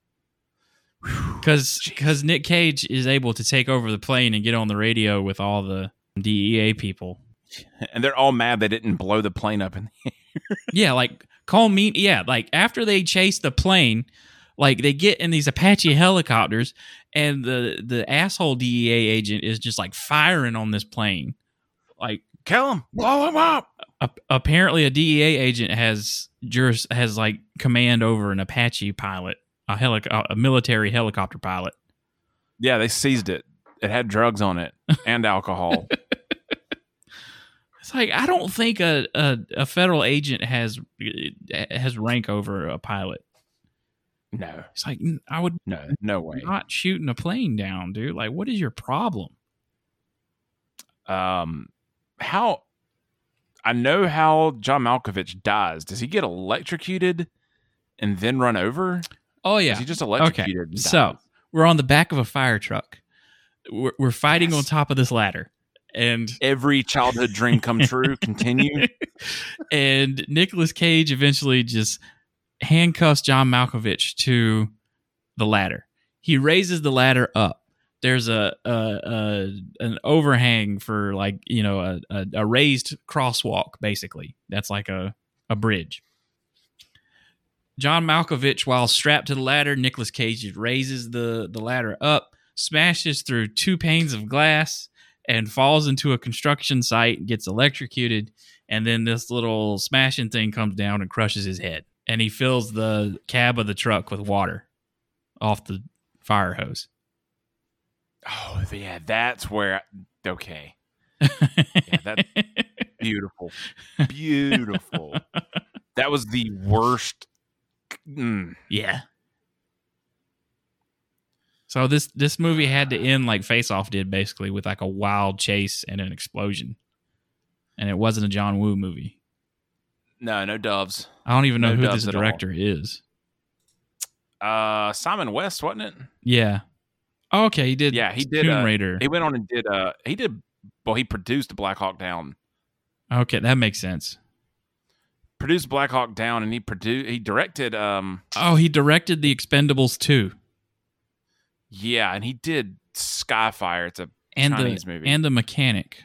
A: because because Nick Cage is able to take over the plane and get on the radio with all the DEA people.
B: And they're all mad they didn't blow the plane up. And
A: yeah, like call me. Yeah, like after they chase the plane, like they get in these Apache helicopters, and the the asshole DEA agent is just like firing on this plane. Like
B: kill him, blow him up.
A: a- apparently, a DEA agent has juris has like command over an Apache pilot, a helic- a military helicopter pilot.
B: Yeah, they seized it. It had drugs on it and alcohol.
A: It's like I don't think a, a, a federal agent has has rank over a pilot.
B: no,
A: It's like n- I would
B: no, no way.
A: not shooting a plane down, dude. Like, what is your problem?
B: Um, how I know how John Malkovich dies. Does he get electrocuted and then run over?
A: Oh
B: Is
A: yeah,
B: he just electrocuted? and dies?
A: So we're on the back of a fire truck. We're, we're fighting
B: Yes.
A: on top of this ladder, and
B: every childhood dream come true. Continue.
A: and Nicolas Cage eventually just handcuffs John Malkovich to the ladder. He raises the ladder up. There's a, a, a an overhang for like you know a, a, a raised crosswalk basically. That's like a a bridge. John Malkovich, while strapped to the ladder, Nicolas Cage just raises the the ladder up, smashes through two panes of glass, and falls into a construction site. Gets electrocuted and then this little smashing thing comes down and crushes his head and he fills the cab of the truck with water off the fire hose
B: Oh yeah, that's where. okay, that- beautiful, beautiful. that was the worst. Mm.
A: yeah so this this movie had to end like face off did basically with like a wild chase and an explosion and it wasn't a john woo movie
B: No, no doves.
A: i don't even know
B: No
A: who
B: doves
A: this
B: at all.
A: director is
B: Uh, Simon West, wasn't it?
A: yeah oh, okay he did
B: Yeah, he did,
A: Tomb
B: uh,
A: raider
B: He went on and did. Uh, he did. Well, he produced Black Hawk Down.
A: okay that makes sense
B: produced Black Hawk Down, and he produced he directed. Um,
A: oh he directed the expendables too
B: yeah, and he did Skyfire. It's a
A: and
B: Chinese
A: the
B: movie.
A: and the mechanic.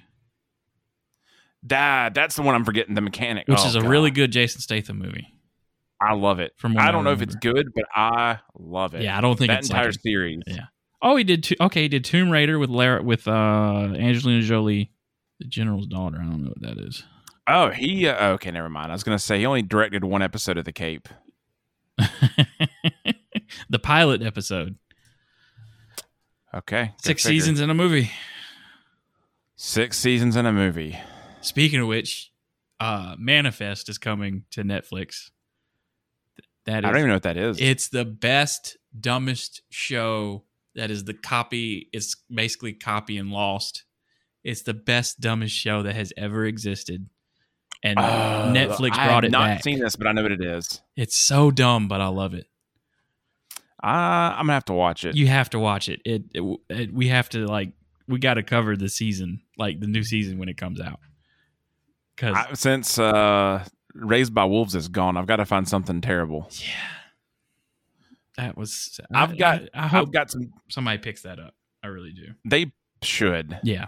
B: died. That's the one I'm forgetting. The mechanic,
A: which
B: Oh,
A: is a
B: God.
A: really good Jason Statham movie.
B: I love it.
A: From what
B: I
A: I
B: don't know if it's
A: remember.
B: good, but I love it.
A: Yeah, I don't think
B: that
A: it's
B: entire
A: like a-
B: series.
A: yeah. oh, he did. Two, okay, he did Tomb Raider with Lara with uh, Angelina Jolie, the general's daughter. I don't know what that is.
B: Oh, he. Uh, okay, never mind. I was gonna say he only directed one episode of The Cape.
A: the pilot episode.
B: Okay, good
A: Six
B: figure.
A: seasons in a movie.
B: Six seasons in a movie.
A: Speaking of which, uh, Manifest is coming to Netflix. That
B: I
A: is
B: don't even know what that is.
A: It's the best, dumbest show that is the copy. It's basically copy and lost. It's the best, dumbest show that has ever existed. And
B: Oh,
A: Netflix
B: I
A: brought
B: have
A: it
B: Not
A: back.
B: seen this, but I know what it is.
A: It's so dumb, but I love it.
B: Uh, I'm gonna have to watch it.
A: You have to watch it. It, it, it we have to like we got to cover the season, like the new season when it comes out. Cuz
B: I, since uh, Raised by Wolves is gone, I've got to find something terrible.
A: yeah. That was
B: I've
A: I-
B: got-
A: I, I hope
B: I've got some.
A: somebody picks that up. I really do.
B: They should.
A: Yeah.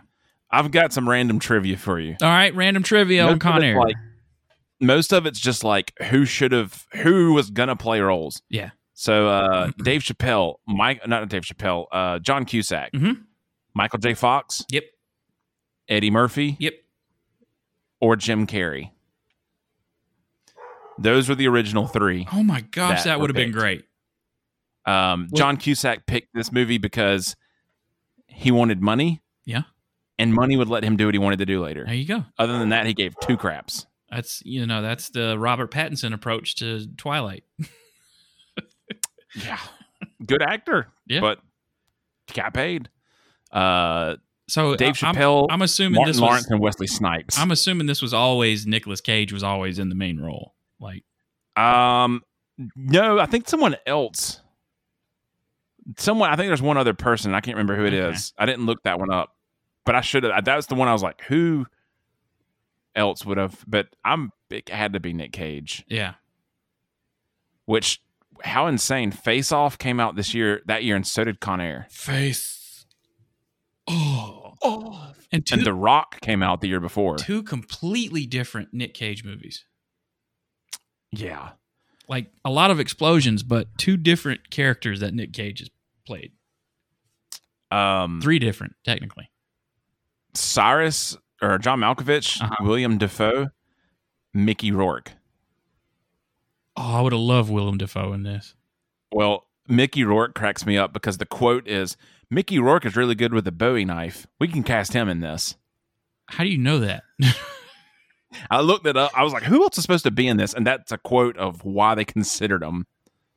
B: I've got some random trivia for you.
A: All right, random trivia
B: Most
A: on
B: of
A: Con
B: it's
A: Air.
B: like- Most of it's just like who should have, who was gonna play roles.
A: Yeah.
B: So uh, Dave Chappelle, Mike, not Dave Chappelle, uh, John Cusack,
A: Mhm.
B: Michael J. Fox,
A: Yep.
B: Eddie Murphy,
A: Yep.
B: or Jim Carrey. Those were the original three.
A: Oh my gosh,
B: that
A: that,
B: were
A: would have been
B: picked.
A: great.
B: Um,
A: Well-
B: John Cusack picked this movie because he wanted money.
A: Yeah.
B: And money would let him do what he wanted to do later.
A: There you go.
B: Other than that, he gave two craps.
A: That's you know that's the Robert Pattinson approach to Twilight.
B: Yeah. Good actor.
A: Yeah.
B: But got paid. Uh,
A: So
B: Dave
A: I- I'm-
B: Chappelle,
A: I'm, assuming
B: Martin
A: this
B: Lawrence,
A: was.
B: and Wesley Snipes.
A: I'm assuming this was always Nicolas Cage was always in the main role. Like
B: um, no, I think someone else. Someone, I think there's one other person. I can't remember who it is.
A: Okay.
B: I didn't look that one up, but I should have. That was the one I was like, who else would have? But I'm. It had to be Nick Cage.
A: yeah,
B: which how insane face off came out this year that year and so did con air
A: face. Oh, oh, and two
B: and the rock came out the year before
A: two completely different Nick Cage movies.
B: yeah
A: Like a lot of explosions, but two different characters that Nick Cage has played.
B: um
A: Three different technically.
B: cyrus or john malkovich
A: Uh-huh.
B: william defoe mickey rourke
A: Oh, I would have loved Willem Dafoe in this.
B: well mickey rourke cracks me up because the quote is mickey rourke is really good with a bowie knife we can cast him in this
A: How do you know that?
B: i looked it up i was like who else is supposed to be in this and that's a quote of why they considered him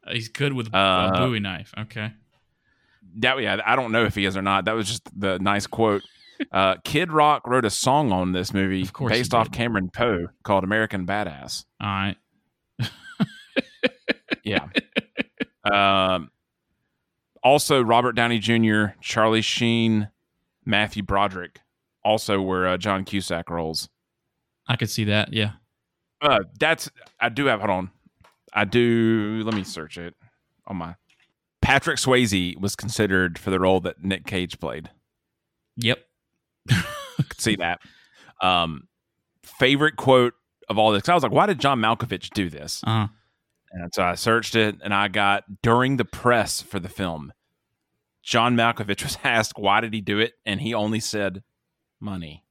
A: He's good with
B: Uh,
A: a Bowie knife. Okay.
B: that yeah, I don't know if he is or not. That was just the nice quote. Uh, Kid Rock wrote a song on this movie
A: Of course he
B: based off
A: did.
B: Cameron Poe called "American Badass."
A: All right.
B: Yeah. um, also, Robert Downey Jr., Charlie Sheen, Matthew Broderick also were uh, John Cusack roles.
A: I could see that. Yeah.
B: Uh, that's I do have. Hold on, I do. Let me search it on my. Patrick Swayze was considered for the role that Nick Cage played.
A: Yep.
B: could see that. Um, favorite quote of all this. 'Cause I was like, why did John Malkovich do this?
A: Uh,
B: And so I searched it and I got during the press for the film, John Malkovich was asked, why did he do it? And he only said, money.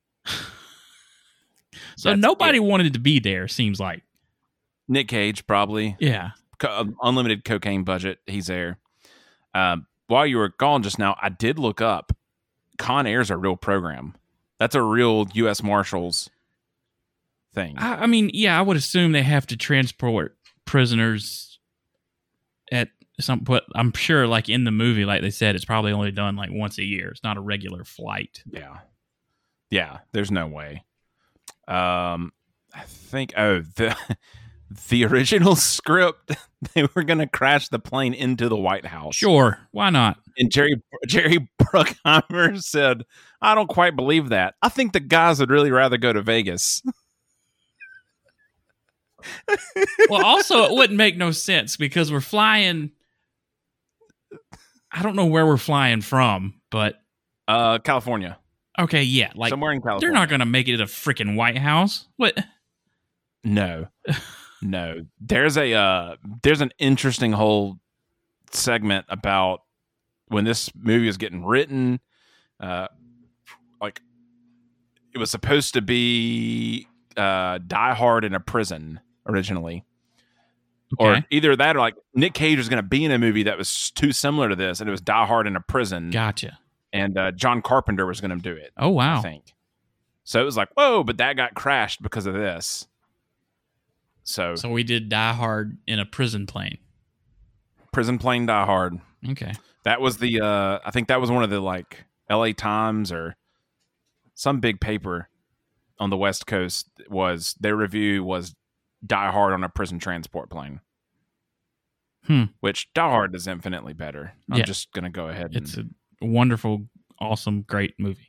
A: so
B: That's
A: nobody
B: it.
A: wanted to be there, seems like.
B: Nick Cage, probably.
A: Yeah.
B: Co- uh, unlimited cocaine budget. He's there. Um, while you were gone just now, I did look up Con Air's a real program. That's a real U.S. Marshals thing.
A: I, I mean, yeah, I would assume they have to transport prisoners at some point. I'm sure, like in the movie, like they said, it's probably only done like once a year. It's not a regular flight.
B: Yeah. Yeah, there's no way. Um I think oh the the original script they were going to crash the plane into the White House.
A: Sure. Why not?
B: And Jerry Jerry Bruckheimer said, "I don't quite believe that. I think the guys would really rather go to Vegas."
A: well, also, it wouldn't make no sense because we're flying. I don't know where we're flying from, but
B: Uh California.
A: Okay, yeah, like
B: somewhere in California.
A: they're not gonna make it to the freaking White House. What?
B: No, no. There's a uh, there's an interesting whole segment about when this movie was getting written. Uh, like it was supposed to be uh, Die Hard in a prison originally, or
A: Okay.
B: either that or like Nick Cage was going to be in a movie that was too similar to this, and it was Die Hard in a prison,
A: gotcha.
B: and uh, John Carpenter was going to do it.
A: Oh
B: I
A: wow.
B: think. So it was like, whoa, but that got crashed because of this. So,
A: So we did Die Hard in a prison plane.
B: prison plane die hard.
A: Okay.
B: That was the uh I think that was one of the like LA Times or some big paper on the West Coast was their review was Die Hard on a prison transport plane.
A: Hmm.
B: Which Die Hard is infinitely better. I'm
A: Yeah.
B: just gonna go ahead and
A: It's a wonderful, awesome, great movie.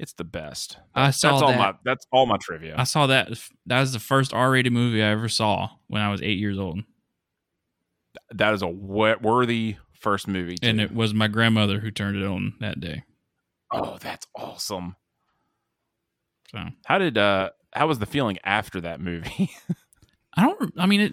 B: it's the best.
A: I saw
B: that's all
A: that.
B: my that's all my trivia.
A: I saw that. That was the first R-rated movie I ever saw when I was eight years old,
B: that is a wo- worthy first movie.
A: and
B: too.
A: it was my grandmother who turned it on that day.
B: Oh, that's awesome.
A: So
B: How did uh how was the feeling after that movie?
A: I don't. I mean, it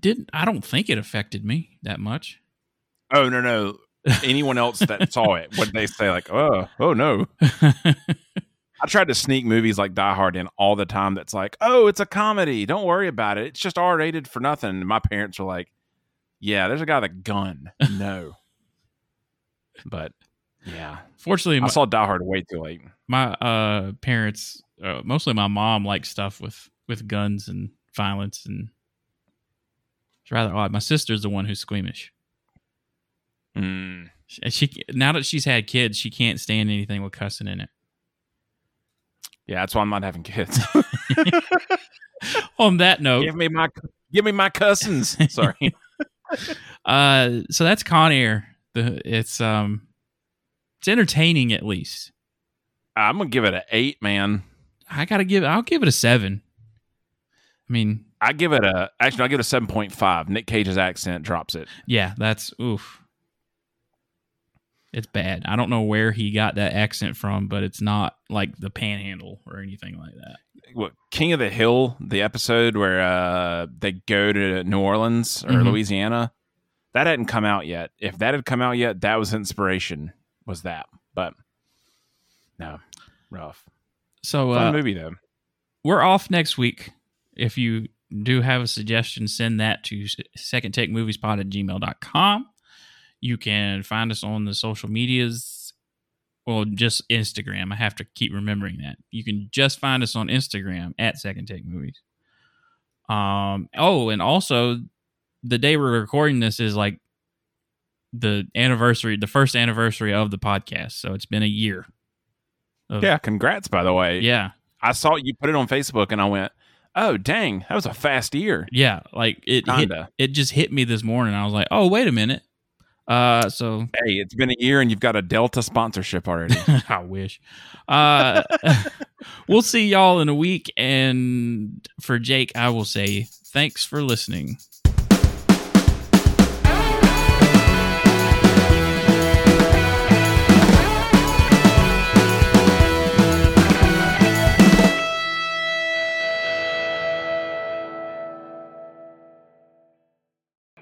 A: didn't. I don't think it affected me that much.
B: oh no no. Anyone else that saw it, would they say like, oh, oh no. I tried to sneak movies like Die Hard in all the time that's like, oh, it's a comedy. Don't worry about it. It's just R rated for nothing. And my parents were like, Yeah, there's a guy with a gun. No. but yeah.
A: Fortunately,
B: I
A: my,
B: saw Die Hard way too late.
A: my uh, parents, uh, mostly my mom, liked stuff with with guns and violence, and it's rather odd. My sister's the one who's squeamish.
B: Mm.
A: She, she now that she's had kids, she can't stand anything with cussing in it.
B: Yeah, that's why I'm not having kids.
A: On that note,
B: give me my give me my cousins. Sorry.
A: Uh, so that's Con Air. The it's um, it's entertaining at least.
B: I'm gonna give it an eight, man.
A: I gotta give. I'll give it a seven. I mean,
B: I give it a actually I give it a seven point five. Nick Cage's accent drops it.
A: yeah, that's oof. It's bad. I don't know where he got that accent from, but it's not like the Panhandle or anything like that.
B: What King of the Hill, the episode where uh, they go to New Orleans or
A: Mhm.
B: Louisiana, that hadn't come out yet. If that had come out yet, that was inspiration. Was that? But no, rough.
A: So
B: Fun
A: uh,
B: movie though.
A: we're off next week. If you do have a suggestion, send that to secondtakemoviespot at gmail.com. You can find us on the social medias. Well, just Instagram. I have to keep remembering that. You can just find us on Instagram at Second Take Movies. Um. Oh, and also, the day we're recording this is like the anniversary, the first anniversary of the podcast. So it's been a year. of-
B: Yeah, congrats by the way.
A: uh, Yeah.
B: I saw you put it on Facebook and I went, Oh dang, that was a fast year.
A: Yeah, like it hit,
B: Kinda.
A: it just hit me this morning. I was like, "Oh, wait a minute." Uh, so
B: Hey, it's been a year and you've got a Delta sponsorship already.
A: I wish. Uh, we'll see y'all in a week. And for Jake, I will say thanks for listening.